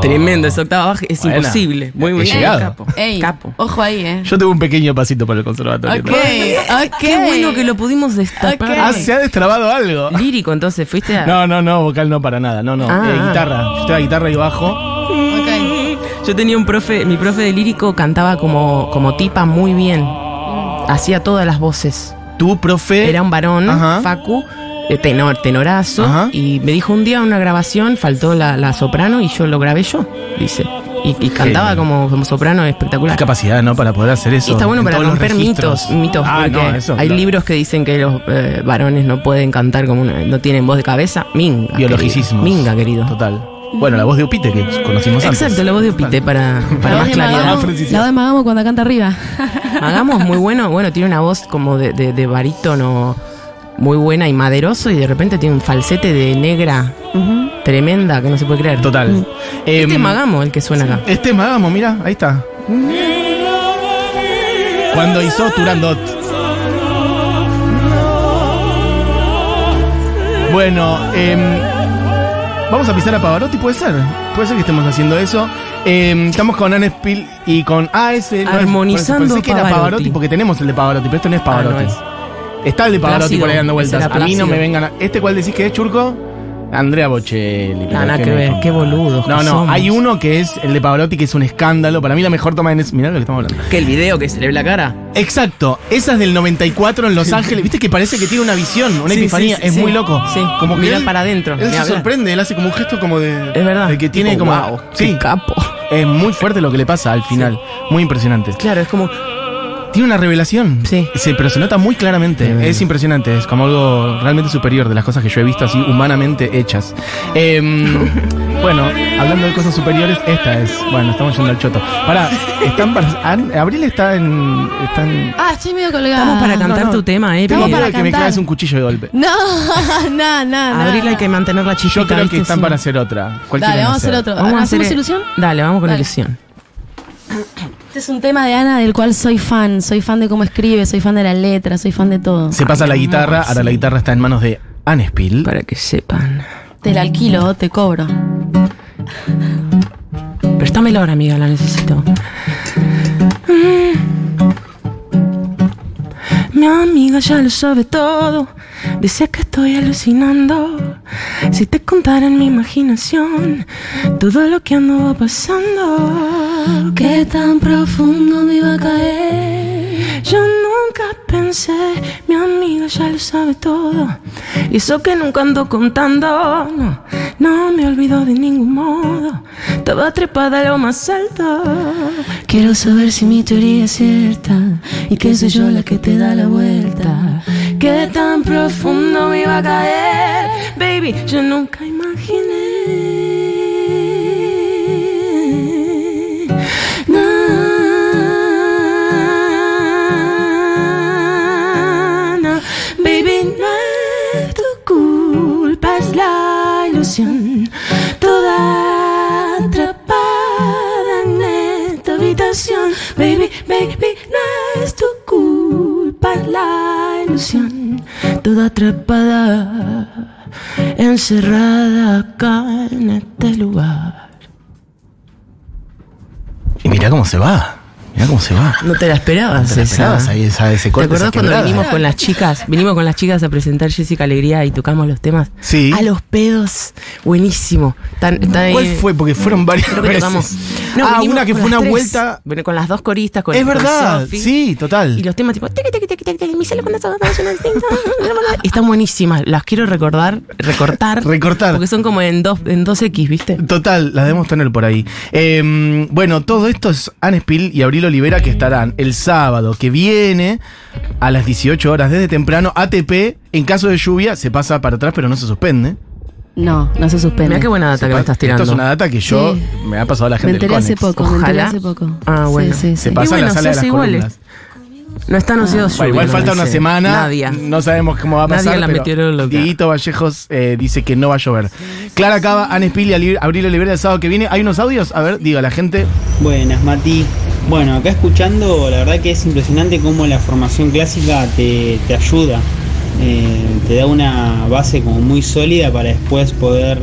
Speaker 2: Tremendo, esa octava baja es
Speaker 1: Oh. Buena.
Speaker 2: imposible. Muy
Speaker 1: He
Speaker 2: bien.
Speaker 1: llegado.
Speaker 2: Capo.
Speaker 3: Ey,
Speaker 2: Capo.
Speaker 3: Ojo ahí, eh.
Speaker 1: Yo tuve un pequeño pasito por el conservatorio.
Speaker 3: Ok, ok.
Speaker 2: Qué bueno que lo pudimos destapar.
Speaker 3: Ok.
Speaker 1: Ah, se ha destrabado algo.
Speaker 2: Lírico, entonces, fuiste a.
Speaker 1: No, no, no, vocal no para nada. No, no.
Speaker 2: Ah.
Speaker 1: Eh, guitarra. Yo tengo guitarra y bajo.
Speaker 3: Ok.
Speaker 2: Yo tenía un profe, mi profe de lírico cantaba como, como tipa muy bien.
Speaker 1: Mm.
Speaker 2: Hacía todas las voces.
Speaker 1: Tu profe.
Speaker 2: Era un varón,
Speaker 1: Ajá.
Speaker 2: Facu, eh, tenor, tenorazo,
Speaker 1: Ajá.
Speaker 2: y me dijo un día en una grabación, faltó la, la soprano y yo lo grabé yo, dice. Y, y cantaba como, como soprano espectacular.
Speaker 1: Qué capacidad, ¿no? Para poder hacer eso.
Speaker 2: Y está bueno
Speaker 1: en
Speaker 2: para
Speaker 1: todos los
Speaker 2: romper
Speaker 1: registros.
Speaker 2: mitos, mitos
Speaker 1: Ah,
Speaker 2: porque
Speaker 1: no, eso.
Speaker 2: hay
Speaker 1: claro.
Speaker 2: libros que dicen que los eh, varones no pueden cantar como una- no tienen voz de cabeza. Minga.
Speaker 1: Biologicismos.
Speaker 2: Querido. Minga, querido.
Speaker 1: Total. Bueno, la voz de Upite que conocimos antes.
Speaker 2: Exacto, la voz de Upite para, para más
Speaker 3: la voz de
Speaker 2: claridad.
Speaker 1: Ah,
Speaker 3: Magamo,
Speaker 1: Francis.
Speaker 3: la voz de Magamo cuando canta arriba.
Speaker 2: Hagamos muy bueno, bueno, tiene una voz como de, de, de barítono muy buena y maderoso y de repente tiene un falsete de negra tremenda que no se puede creer.
Speaker 1: Total.
Speaker 2: Este
Speaker 1: Em,
Speaker 2: Magamo, el que suena acá.
Speaker 1: Este Magamo, mira, ahí está. Cuando hizo Turandot. Bueno, em, vamos a pisar a Pavarotti, puede ser. Puede ser que estemos haciendo eso. Em, estamos con Anne Spill y con. Ah, ese. no es-
Speaker 2: Armonizando
Speaker 1: Pensé que era
Speaker 2: Pavarotti.
Speaker 1: Pavarotti porque tenemos el de Pavarotti, pero este no es Pavarotti.
Speaker 2: Ah, no es.
Speaker 1: Está el de Pavarotti
Speaker 2: Plácido,
Speaker 1: por ahí dando
Speaker 2: ese
Speaker 1: vueltas.
Speaker 2: era
Speaker 1: A mí no
Speaker 2: Plácido.
Speaker 1: me vengan. a- ¿Este cuál decís que es, Churco? Andrea Bocelli. pero
Speaker 2: Nada, nada
Speaker 1: ¿qué
Speaker 2: que
Speaker 1: me
Speaker 2: ver, qué boludos.
Speaker 1: no,
Speaker 2: que
Speaker 1: no,
Speaker 2: somos.
Speaker 1: hay uno que es el de Pavarotti, que es un escándalo. Para mí la mejor toma en es. Mirá lo que estamos hablando.
Speaker 2: Que el video que se le ve la cara.
Speaker 1: Exacto, esa es del 94 en Los Ángeles. Viste que parece que tiene una visión, una
Speaker 2: Sí,
Speaker 1: epifanía.
Speaker 2: sí, sí,
Speaker 1: es
Speaker 2: sí.
Speaker 1: muy loco.
Speaker 2: Sí,
Speaker 1: como que
Speaker 2: mira
Speaker 1: él-
Speaker 2: para adentro,
Speaker 1: Él
Speaker 2: ni
Speaker 1: se
Speaker 2: hablar.
Speaker 1: sorprende, él hace como un gesto como de.
Speaker 2: Es verdad.
Speaker 1: de que tiene
Speaker 2: Tipo,
Speaker 1: como.
Speaker 2: wow,
Speaker 1: sí,
Speaker 2: qué capo.
Speaker 1: es muy fuerte lo que le pasa al final. Muy impresionante.
Speaker 2: Claro, es como
Speaker 1: Tiene una revelación.
Speaker 2: Sí.
Speaker 1: Pero se nota muy claramente.
Speaker 2: Tremendo.
Speaker 1: Es impresionante. Es como algo realmente superior de las cosas que yo he visto así humanamente hechas. Em, bueno, hablando de cosas superiores, esta es. Bueno, estamos yendo al choto. Pará, están para. An- Abril está en. Está en-
Speaker 3: Ah, estoy medio colgada.
Speaker 2: Estamos para cantar
Speaker 1: no.
Speaker 2: tu tema, eh.
Speaker 1: Tengo
Speaker 3: Estamos
Speaker 2: Pipi.
Speaker 1: miedo
Speaker 3: para
Speaker 1: de que me
Speaker 3: cantar.
Speaker 1: claves un cuchillo de golpe.
Speaker 3: No, no, no. no.
Speaker 2: Abril hay que mantener la chispita.
Speaker 1: Yo creo
Speaker 2: ¿viste?
Speaker 1: que están
Speaker 2: Sí.
Speaker 1: para hacer otra. ¿Cuál
Speaker 3: Dale,
Speaker 1: quieren
Speaker 3: vamos a hacer otro.
Speaker 2: Vamos a hacer e-
Speaker 3: ¿Hacemos ilusión?
Speaker 2: Dale, vamos con
Speaker 3: Dale.
Speaker 2: ilusión.
Speaker 3: Este es un tema de Ana del cual soy fan. Soy fan de cómo escribe, soy fan de la letra, soy fan de todo.
Speaker 1: Se pasa la
Speaker 2: Ay,
Speaker 1: guitarra,
Speaker 2: amor,
Speaker 1: ahora la
Speaker 2: sí.
Speaker 1: guitarra está en manos de Anne Spill.
Speaker 2: Para que sepan.
Speaker 3: Te la alquilo, te cobro.
Speaker 2: Préstamela ahora, amiga, la necesito. Mm. Mi amiga ya lo sabe todo. Dice que estoy alucinando. Si te contara en mi imaginación todo lo que ando pasando.
Speaker 5: Qué tan profundo me iba a caer.
Speaker 2: Yo nunca pensé, mi amiga ya lo sabe todo. Y eso que nunca ando contando, no, no me olvido de ningún modo. Estaba trepada a lo más alto.
Speaker 5: Quiero saber si mi teoría es cierta y que soy yo la que te da la vuelta.
Speaker 2: Qué tan profundo me iba a caer, baby, yo nunca imaginé.
Speaker 5: Na, na. Baby, no es tu culpa, es la ilusión. Toda atrapada en esta habitación. Baby, baby, no es tu culpa, es la ilusión. Toda atrapada, encerrada acá en este lugar.
Speaker 1: Y mirá cómo se va. Mirá cómo se va.
Speaker 2: No te la esperabas,
Speaker 1: ¿Te la esperabas ahí, esa- ese
Speaker 2: ¿Te
Speaker 1: corte,
Speaker 2: acordás
Speaker 1: esa
Speaker 2: cuando
Speaker 1: quebrada?
Speaker 2: vinimos con las chicas? Vinimos con las chicas a presentar Jessica Alegría y tocamos los temas.
Speaker 1: Sí.
Speaker 2: A los pedos. Buenísimo. Tan, tan-
Speaker 1: ¿Cuál fue? Porque fueron varias
Speaker 2: Creo que
Speaker 1: veces.
Speaker 2: tocamos.
Speaker 1: ah,
Speaker 2: vinimos
Speaker 1: una que
Speaker 2: con
Speaker 1: fue una
Speaker 2: las tres.
Speaker 1: vuelta.
Speaker 2: Bueno, con las dos coristas. Con
Speaker 1: es
Speaker 2: con
Speaker 1: verdad,
Speaker 2: Sofi.
Speaker 1: sí, total.
Speaker 2: Y los temas tipo. tiqui, tiqui, tiqui, tiqui, mi cielo cuando todo funciona distinto. Están buenísimas. Las quiero recordar, recortar.
Speaker 1: Recortar.
Speaker 2: Porque son como en, dos, en 2X, ¿viste?
Speaker 1: Total, las debemos tener por ahí. Eh, bueno, todo esto es Anne Spill y Abril Olivera que estarán el sábado que viene a las 18 horas desde temprano. ATP, en caso de lluvia, se pasa para atrás, pero no se suspende.
Speaker 3: No, no se suspende.
Speaker 2: Mirá qué buena data que me estás tirando.
Speaker 1: Esto es una data que yo
Speaker 3: Sí.
Speaker 1: me ha pasado a la gente.
Speaker 3: me
Speaker 1: del
Speaker 3: enteré hace
Speaker 1: Conex.
Speaker 3: poco, me enteré
Speaker 2: Ojalá.
Speaker 3: hace poco.
Speaker 2: Ah, bueno.
Speaker 3: Sí, sí, sí.
Speaker 1: Se pasa en
Speaker 2: bueno,
Speaker 1: la sala de
Speaker 2: se
Speaker 1: las
Speaker 2: hace iguales.
Speaker 1: columnas.
Speaker 2: No están ansiosos.
Speaker 1: Ah, Bueno, igual falta una semana.
Speaker 2: Nadia.
Speaker 1: No sabemos cómo va a
Speaker 2: Nadia
Speaker 1: pasar.
Speaker 2: la
Speaker 1: pero
Speaker 2: meteoróloga.
Speaker 1: Dieguito Vallejos eh, dice que no va a llover. Clara Cava, Anne Spill y Ali- Abril Olivera el sábado que viene. ¿Hay unos audios? A ver, diga la gente.
Speaker 6: Buenas, Mati. Bueno, acá escuchando, la verdad que es impresionante cómo la formación clásica te, te ayuda. Eh, te da una base como muy sólida para después poder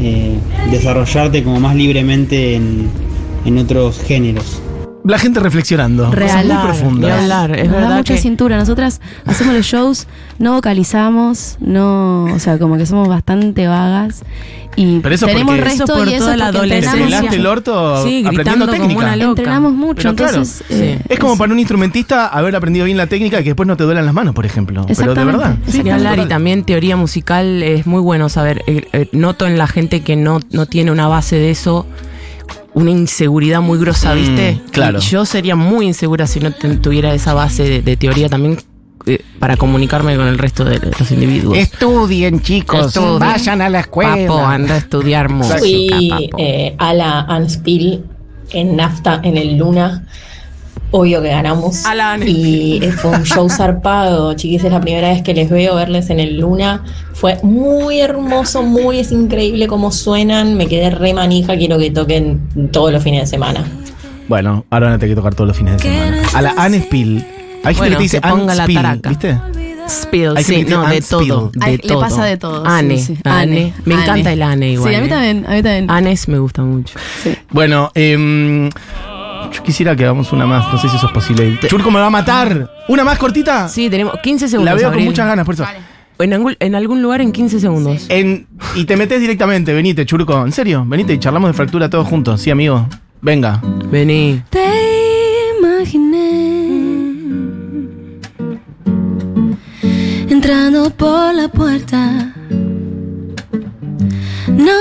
Speaker 6: eh, desarrollarte como más libremente en, en otros géneros.
Speaker 1: la gente reflexionando. Cosas muy
Speaker 2: Real.
Speaker 1: profundas.
Speaker 2: Real. hablar, es
Speaker 5: Nos da
Speaker 2: verdad
Speaker 5: mucha
Speaker 2: que-
Speaker 5: cintura. Nosotras hacemos los shows, no vocalizamos, no. O sea, como que somos bastante vagas. Y
Speaker 1: Pero eso
Speaker 5: tenemos
Speaker 1: porque-
Speaker 5: resto
Speaker 2: Eso por
Speaker 5: y eso
Speaker 2: toda la
Speaker 5: porque
Speaker 1: Te
Speaker 2: adolescencia.
Speaker 5: entrenamos-
Speaker 1: pelaste el orto
Speaker 2: Sí,
Speaker 1: aprendiendo
Speaker 2: gritando como
Speaker 1: técnica.
Speaker 2: una loca.
Speaker 5: Entrenamos mucho,
Speaker 1: Pero claro,
Speaker 5: entonces.
Speaker 2: sí.
Speaker 5: eh,
Speaker 1: Es como para un instrumentista haber aprendido bien la técnica y que después no te duelan las manos, por ejemplo. Pero de
Speaker 5: Exactamente.
Speaker 1: verdad.
Speaker 5: Sí,
Speaker 2: Ni
Speaker 5: tal
Speaker 2: hablar, y
Speaker 1: total.
Speaker 2: también teoría musical es muy bueno saber. Eh, eh, noto en la gente que no, no tiene una base de eso una inseguridad muy grosa,
Speaker 1: Mm,
Speaker 2: ¿viste?
Speaker 1: claro.
Speaker 2: Y yo sería muy insegura si no ten- tuviera esa base de, de teoría también eh, para comunicarme con el resto de los individuos.
Speaker 1: Estudien, chicos.
Speaker 2: Estudien.
Speaker 1: Vayan a la
Speaker 2: Papo, anda a estudiar música,
Speaker 7: Fui
Speaker 2: papo.
Speaker 7: eh, a la Anspiel en NAFTA, en el Luna. Obvio que ganamos.
Speaker 2: A la Anspiel.
Speaker 7: y eh, fue un show zarpado, chiquis. Es la primera vez que les veo verles en el Luna. Fue muy hermoso, muy es increíble cómo suenan. Me quedé re manija. Quiero que toquen todos los fines de semana.
Speaker 1: Bueno, ahora van a tener que tocar todos los fines de semana. A la Anne Spill. Hay gente
Speaker 2: Bueno,
Speaker 1: que te dice
Speaker 2: que ponga la
Speaker 1: Anne Spill,
Speaker 2: taraca.
Speaker 1: ¿viste?
Speaker 2: Spill,
Speaker 1: Hay
Speaker 2: sí,
Speaker 1: gente
Speaker 2: no,
Speaker 1: que
Speaker 2: de
Speaker 1: dice unspill.
Speaker 2: todo. De
Speaker 3: Ay, le
Speaker 2: todo.
Speaker 3: pasa de todo. sí,
Speaker 2: Ane,
Speaker 3: sí.
Speaker 2: Ane. Me
Speaker 3: Ane.
Speaker 2: encanta el Ane igual.
Speaker 3: Sí, a mí
Speaker 2: eh.
Speaker 3: también, a mí también.
Speaker 2: Anes me gusta mucho.
Speaker 1: Bueno, em, yo quisiera que hagamos una más. No sé si eso es posible. Churco me va a matar. ¿Una más cortita?
Speaker 2: Sí, tenemos 15 segundos.
Speaker 1: La veo con
Speaker 2: Abril.
Speaker 1: muchas ganas, por eso.
Speaker 2: En, angul- en algún lugar en 15 segundos.
Speaker 1: En- y te metes directamente, venite, Churco. En serio, venite y charlamos de fractura todos juntos. Sí, amigo. Venga.
Speaker 2: Vení.
Speaker 5: Te imaginé entrando por la puerta. No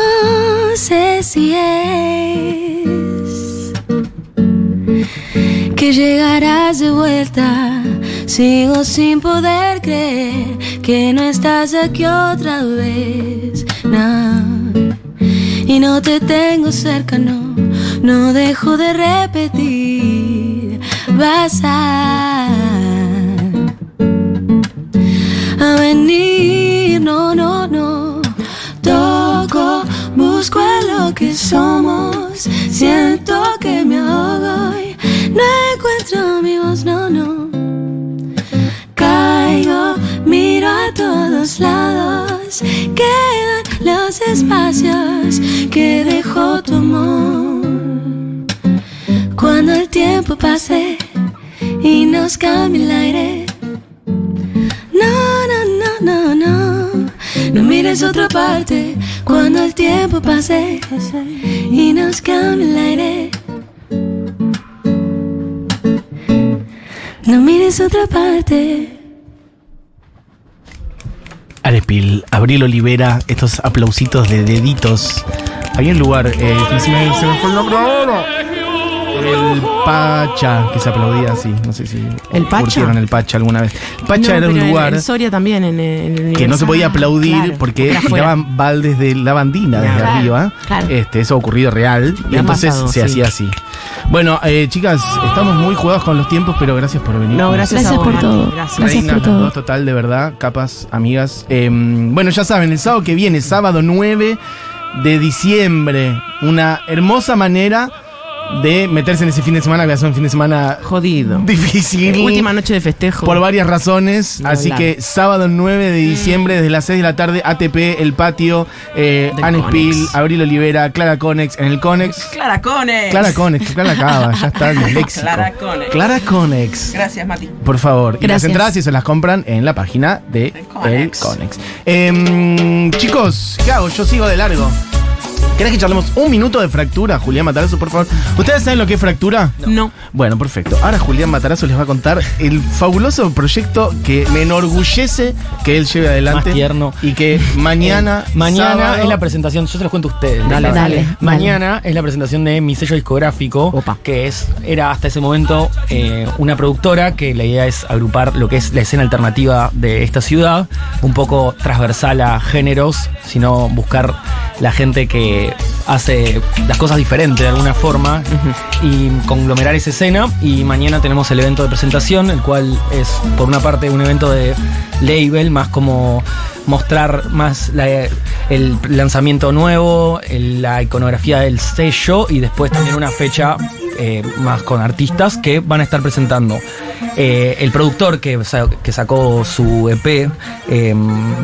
Speaker 5: sé si es que llegarás de vuelta. Sigo sin poder creer que no estás aquí otra vez. No y no te tengo cerca, no, no dejo de repetir. Vas a, a venir, no, no, no. Toco, busco a lo que somos, siento que me ahogo y no encuentro mi voz, no, no. Caigo, miro a todos lados, quedan los espacios que dejó tu amor. Cuando el tiempo pase y nos cambie el aire. No, no, no, no, no, no mires otra parte. Cuando el tiempo pase y nos cambie el aire. No mires otra parte.
Speaker 1: Arepil, Abril Olivera, estos aplausitos de deditos. Había un lugar, eh, que se, me, se me fue el nombre ahora. El Pacha, que se aplaudía así. No sé si.
Speaker 2: ¿El Pacha?
Speaker 1: curtieron el Pacha alguna vez. Pacha
Speaker 2: No,
Speaker 1: era
Speaker 2: pero
Speaker 1: un
Speaker 2: en-
Speaker 1: lugar
Speaker 2: En Soria también, en, en el
Speaker 1: que no se podía
Speaker 2: Ah,
Speaker 1: aplaudir
Speaker 2: claro,
Speaker 1: porque
Speaker 2: era afuera.
Speaker 1: tiraban baldes de lavandina desde
Speaker 2: Claro,
Speaker 1: arriba.
Speaker 2: claro.
Speaker 1: Este, eso ha ocurrido real y
Speaker 2: Me ha
Speaker 1: entonces
Speaker 2: pasado,
Speaker 1: se
Speaker 2: sí.
Speaker 1: hacía así. Bueno, eh, chicas, estamos muy jugados con los tiempos, pero gracias por venir.
Speaker 2: No,
Speaker 1: Nos-
Speaker 2: gracias,
Speaker 5: Gracias
Speaker 2: a vos,
Speaker 5: por
Speaker 2: Mati,
Speaker 5: todo.
Speaker 2: gracias.
Speaker 5: Gracias
Speaker 1: Reinas,
Speaker 5: por
Speaker 1: las
Speaker 5: todo.
Speaker 1: dos total, de verdad, capas, amigas. Eh, bueno, ya saben, el sábado que viene, sábado 9 de diciembre, una hermosa manera de meterse en ese fin de semana, que va a ser un fin de semana
Speaker 2: Jodido.
Speaker 1: difícil.
Speaker 2: Última noche de festejo.
Speaker 1: Por varias razones,
Speaker 2: Ni
Speaker 1: así
Speaker 2: hablar. Mm.
Speaker 1: que sábado 9 de diciembre, desde las 6 de la tarde, ATP, El Patio, eh,
Speaker 2: Del
Speaker 1: Anne
Speaker 2: Conex.
Speaker 1: Spill, Abril Olivera, Clara Conex, en el Conex.
Speaker 2: Clara Cone.
Speaker 1: Clara Conex, Clara Cava, ya está en el léxico.
Speaker 2: Clara Conex.
Speaker 1: Clara Conex.
Speaker 2: Gracias, Mati.
Speaker 1: Por favor. Y las
Speaker 5: Gracias.
Speaker 1: entradas si se las compran en la página de El Conex.
Speaker 2: Conex.
Speaker 1: Em, chicos, ¿qué hago? Yo sigo de largo. ¿Querés que charlemos un minuto de fractura, Julián Matarazzo, por favor? ¿Ustedes saben lo que es fractura?
Speaker 2: No.
Speaker 1: Bueno, perfecto. Ahora Julián Matarazzo les va a contar el fabuloso proyecto que me enorgullece que él lleve adelante.
Speaker 8: Más tierno. Eh,
Speaker 1: Y que mañana.
Speaker 8: Mañana
Speaker 1: sábado,
Speaker 8: es la presentación, yo se los cuento a ustedes.
Speaker 2: Dale,
Speaker 5: Dale, dale.
Speaker 8: Mañana es la presentación de mi sello discográfico,
Speaker 2: Opa.
Speaker 8: que es era hasta ese momento eh, una productora que la idea es agrupar lo que es la escena alternativa de esta ciudad, un poco transversal a géneros, sino buscar la gente que hace las cosas diferentes de alguna forma y conglomerar esa escena. Y mañana tenemos el evento de presentación, el cual es por una parte un evento de label, más como mostrar más la- el lanzamiento nuevo, el- la iconografía del sello y después también una fecha eh, más con artistas que van a estar presentando. eh, el productor que, sa- que sacó su EP eh,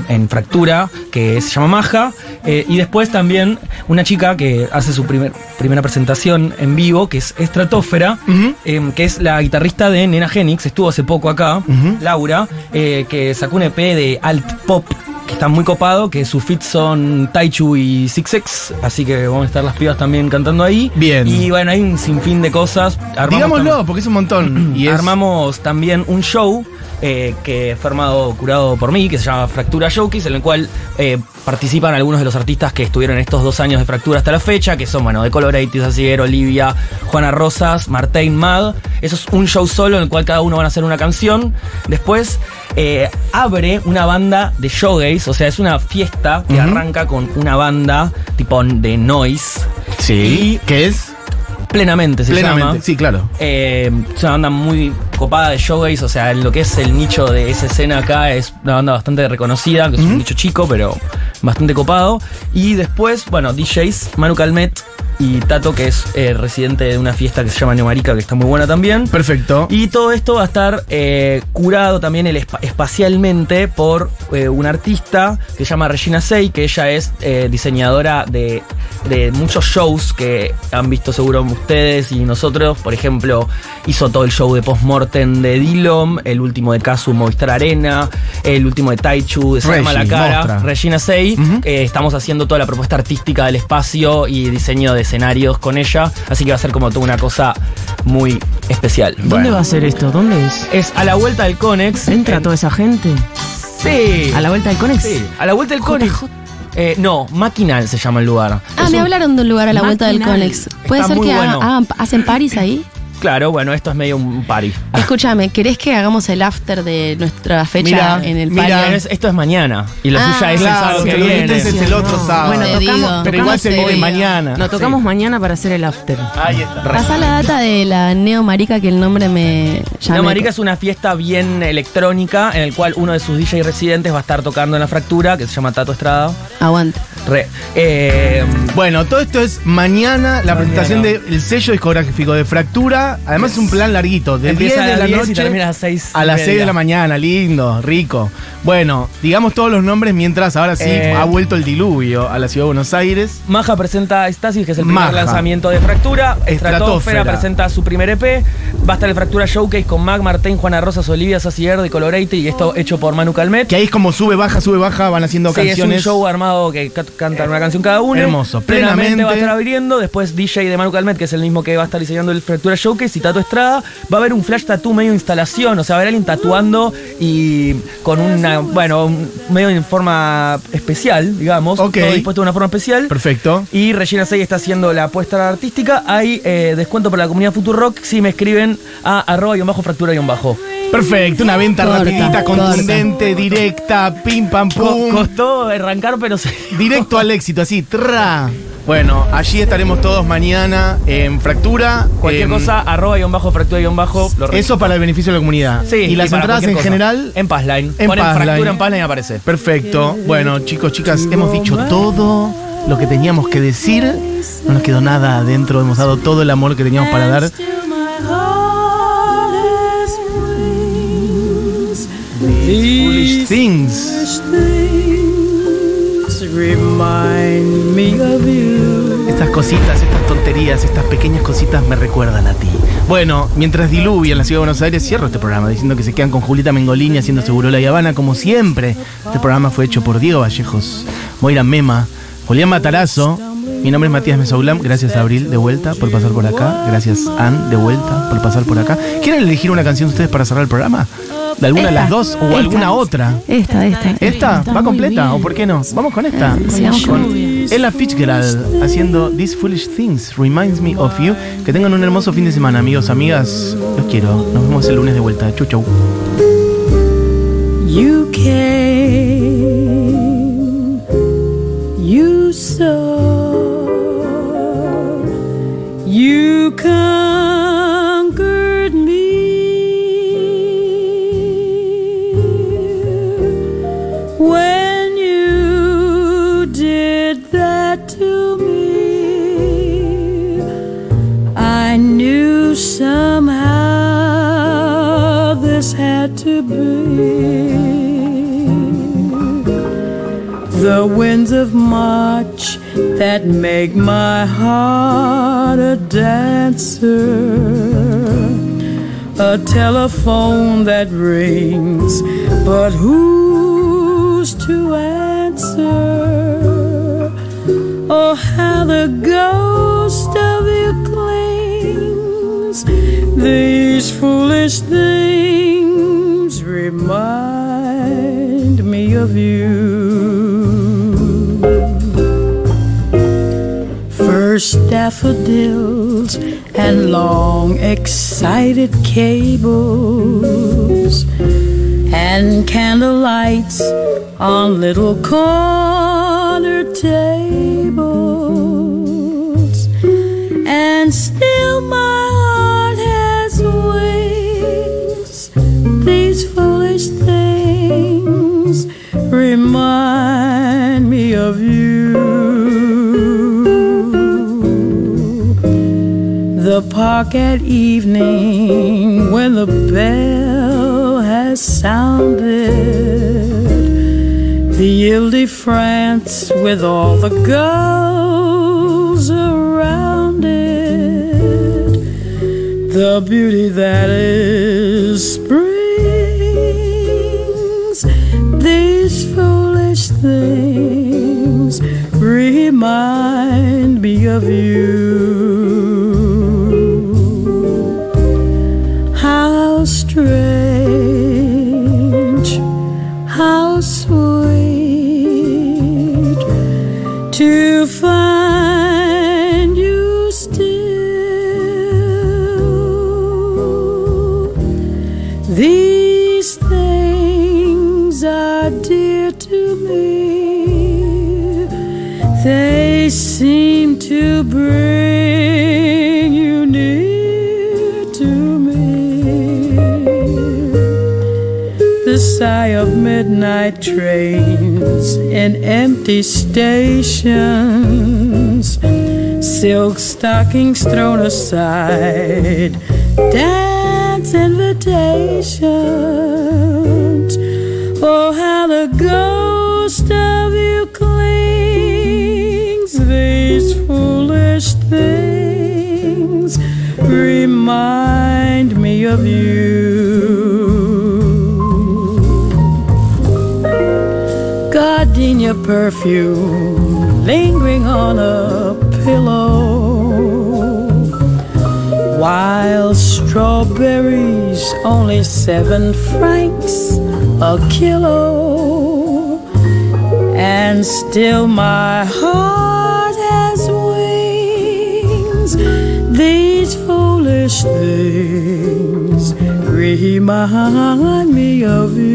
Speaker 8: en Fractura, que se llama Maja, eh, y después también una chica que hace su primer- primera presentación en vivo, que es Estratosfera,
Speaker 1: Ujú.
Speaker 8: em, que es la guitarrista de Nena Genix, estuvo hace poco acá,
Speaker 1: Ujú.
Speaker 8: Laura, eh, que sacó un EP de alt pop que está muy copado, que sus fits son Taichu y Sixex, así que van a estar las pibas también cantando ahí.
Speaker 1: Bien.
Speaker 8: Y bueno, hay un sinfín de cosas. Armamos
Speaker 1: Digámoslo,
Speaker 8: tam-
Speaker 1: porque es un montón. Y es-
Speaker 8: Armamos también un show eh, que fue armado, curado por mí, que se llama Fractura Showcase, en el cual eh, participan algunos de los artistas que estuvieron estos dos años de Fractura hasta la fecha, que son, bueno, de Coloraitis, Asier, Olivia, Juana Rosas, Martín Mad. Eso es un show solo en el cual cada uno van a hacer una canción. Después eh, abre una banda de showgaze, o sea, es una fiesta que
Speaker 1: Ujú.
Speaker 8: arranca con una banda tipo de noise,
Speaker 1: Sí. ¿Qué es?
Speaker 8: plenamente se
Speaker 1: Plenamente.
Speaker 8: llama.
Speaker 1: Sí, claro.
Speaker 8: Eh, es una banda muy copada de showgaze, o sea, lo que es el nicho de esa escena acá es una banda bastante reconocida, que es un nicho chico, pero bastante copado. Y después, bueno, DJs, Manu Calmet y Tato, que es eh, residente de una fiesta que se llama Neomarica, que está muy buena también.
Speaker 1: Perfecto.
Speaker 8: Y todo esto va a estar eh, curado también el espa- espacialmente por eh, una artista que se llama Regina Sey, que ella es eh, diseñadora de, de muchos shows que han visto seguro ustedes y nosotros. Por ejemplo, hizo todo el show de postmortem de Dillom, el último de Kazu Movistar Arena, el último de Taichu de Sama
Speaker 1: Regi,
Speaker 8: la Cara,
Speaker 1: mostra.
Speaker 8: Regina Sey.
Speaker 1: Ujú.
Speaker 8: Eh, estamos haciendo toda la propuesta artística del espacio y diseño de escenarios con ella, así que va a ser como toda una cosa muy especial.
Speaker 2: ¿Dónde va a ser esto? ¿Dónde es?
Speaker 8: Es a la vuelta del Conex.
Speaker 2: ¿Entra
Speaker 8: En-
Speaker 2: toda esa gente?
Speaker 8: Sí.
Speaker 2: ¿A la vuelta del Conex?
Speaker 8: Sí, a la vuelta del Conex.
Speaker 5: JJ.
Speaker 8: Eh, no, Maquinal se llama el lugar.
Speaker 5: Ah,
Speaker 8: Es
Speaker 5: me
Speaker 8: un-
Speaker 5: hablaron de un lugar a la vuelta del
Speaker 2: Maquinal.
Speaker 5: Conex. ¿Puede
Speaker 8: Está
Speaker 5: ser
Speaker 8: muy
Speaker 5: que haga-
Speaker 8: bueno.
Speaker 5: hagan- hacen paris ahí?
Speaker 8: Claro, bueno, esto es medio un party.
Speaker 5: Escúchame, ¿querés que hagamos el after de nuestra fecha
Speaker 1: Mira,
Speaker 5: en el
Speaker 1: mira,
Speaker 3: Ah.
Speaker 5: party?
Speaker 8: Pero es- esto es mañana. Y la
Speaker 5: Ah,
Speaker 8: suya es
Speaker 1: claro,
Speaker 8: el sábado que
Speaker 1: pero
Speaker 8: viene.
Speaker 1: este es el otro sábado.
Speaker 2: Bueno,
Speaker 5: Te
Speaker 2: tocamos,
Speaker 5: digo.
Speaker 1: pero igual
Speaker 2: tocamos
Speaker 1: se
Speaker 5: te
Speaker 1: viene
Speaker 5: digo.
Speaker 1: mañana.
Speaker 2: Lo tocamos mañana para hacer el after.
Speaker 8: Ahí está.
Speaker 5: Pasá la data de la Neo Marica que el nombre me llama.
Speaker 8: La Marica es una fiesta bien electrónica en el cual uno de sus DJ residentes va a estar tocando en la fractura, que se llama Tato Estrada.
Speaker 5: Aguanta.
Speaker 8: Re. Eh,
Speaker 1: Bueno, todo esto es mañana, la
Speaker 8: Mañana.
Speaker 1: presentación del sello discográfico de Fractura. Además es un plan larguito, de
Speaker 8: Empieza
Speaker 1: 10
Speaker 8: a
Speaker 1: de
Speaker 8: las
Speaker 1: la
Speaker 8: 10 y
Speaker 1: noche
Speaker 8: termina a las 6 y
Speaker 1: a las
Speaker 8: media.
Speaker 1: 6 de la mañana, lindo, rico. Bueno, digamos todos los nombres mientras ahora sí
Speaker 8: Eh.
Speaker 1: ha vuelto el diluvio a la ciudad de Buenos Aires.
Speaker 8: Maja presenta Stasis, que es el primer
Speaker 1: Maja.
Speaker 8: lanzamiento de Fractura.
Speaker 1: Estratosfera.
Speaker 8: Estratosfera presenta su primer EP. Va a estar el Fractura Showcase con Mac, Martín, Juana Rosas, Olivia, Sassier, de Colorate y esto hecho por Manu Calmet.
Speaker 1: Que ahí es como sube, baja, sube, baja, van haciendo
Speaker 8: Sí, es un
Speaker 1: canciones.
Speaker 8: show armado que ca- cantan una canción cada uno.
Speaker 1: Hermoso. Plenamente.
Speaker 8: Plenamente va a estar abriendo. Después DJ de Manu Calmet, que es el mismo que va a estar diseñando el Fractura Showcase y Tato Estrada. Va a haber un flash tattoo medio instalación. O sea, va a haber alguien tatuando y con una, bueno, un- medio en forma especial, digamos.
Speaker 1: Ok.
Speaker 8: Todo dispuesto de una forma especial.
Speaker 1: Perfecto.
Speaker 8: Y Regina Sey está haciendo la apuesta artística. Hay eh, descuento para la comunidad Futurock si me escriben a arroba y un bajo fractura y un bajo.
Speaker 1: Perfecto, una venta
Speaker 5: Corta, corta.
Speaker 1: rapidita, contundente, directa, pim pam
Speaker 8: Co-
Speaker 1: pum.
Speaker 8: costó arrancar, pero se...
Speaker 1: Directo al éxito, así, tra. Bueno, allí estaremos todos mañana en Fractura.
Speaker 8: Cualquier
Speaker 1: em,
Speaker 8: cosa, arroba y un bajo fractura y un bajo. lo re-
Speaker 1: Eso para el beneficio de la comunidad.
Speaker 8: Sí,
Speaker 1: Y las
Speaker 8: para
Speaker 1: entradas
Speaker 8: cualquier
Speaker 1: en
Speaker 8: cosa.
Speaker 1: general.
Speaker 8: En Passline.
Speaker 1: en
Speaker 8: Ponen
Speaker 1: Passline.
Speaker 8: fractura en Passline y aparece.
Speaker 1: Perfecto. Bueno, chicos, chicas, hemos dicho todo lo que teníamos que decir. No nos quedó nada adentro. Hemos dado todo el amor que teníamos para dar. Foolish Things. Estas cositas, estas tonterías, estas pequeñas cositas me recuerdan a ti. Bueno, mientras diluvia en la ciudad de Buenos Aires, cierro este programa diciendo que se quedan con Julita Mengolini haciendo Seguro La Habana, como siempre. Este programa fue hecho por Diego Vallejos, Moira Mema, Julián Matarazo. Mi nombre es Matías Mesoulam. Gracias, Abril, de vuelta por pasar por acá. Gracias, Ann, de vuelta por pasar por acá. ¿Quieren elegir una canción ustedes para cerrar el programa? ¿De alguna de las
Speaker 5: Esta,
Speaker 1: dos o
Speaker 5: esta.
Speaker 1: alguna otra?
Speaker 5: Esta, esta.
Speaker 1: ¿Esta? ¿Va completa? ¿O por qué no? Vamos con esta.
Speaker 5: Sigamos con-
Speaker 1: Ella Fitzgerald haciendo These Foolish Things Reminds Me of You. Que tengan un hermoso fin de semana, amigos, amigas. Los quiero. Nos vemos el lunes de vuelta. Chau, chau.
Speaker 9: You came, you saw, you conquered me when you did that to me. I knew somehow
Speaker 8: The winds of March that make my heart a dancer a telephone that rings, but who's to answer? Oh, how the ghost of you clings. These foolish things remind me of you. First daffodils and long excited cables and candlelights on little corner tables. And still my heart has wings. These foolish things remind me of you. The park at evening when the bell has sounded. The Ile de France with all the girls around it. The beauty that is springs. These foolish things remind me of you. How strange, how sweet to find you still. These things are dear to me. They seem to bring you near to me the sigh of midnight trains in empty stations, silk stockings thrown aside, dance invitations. Oh, how the ghost of you clings, these foolish things remind me of you. Gardenia perfume lingering on a pillow. Wild strawberries, only seven francs a kilo. And still my heart has wings. These foolish things remind me of you.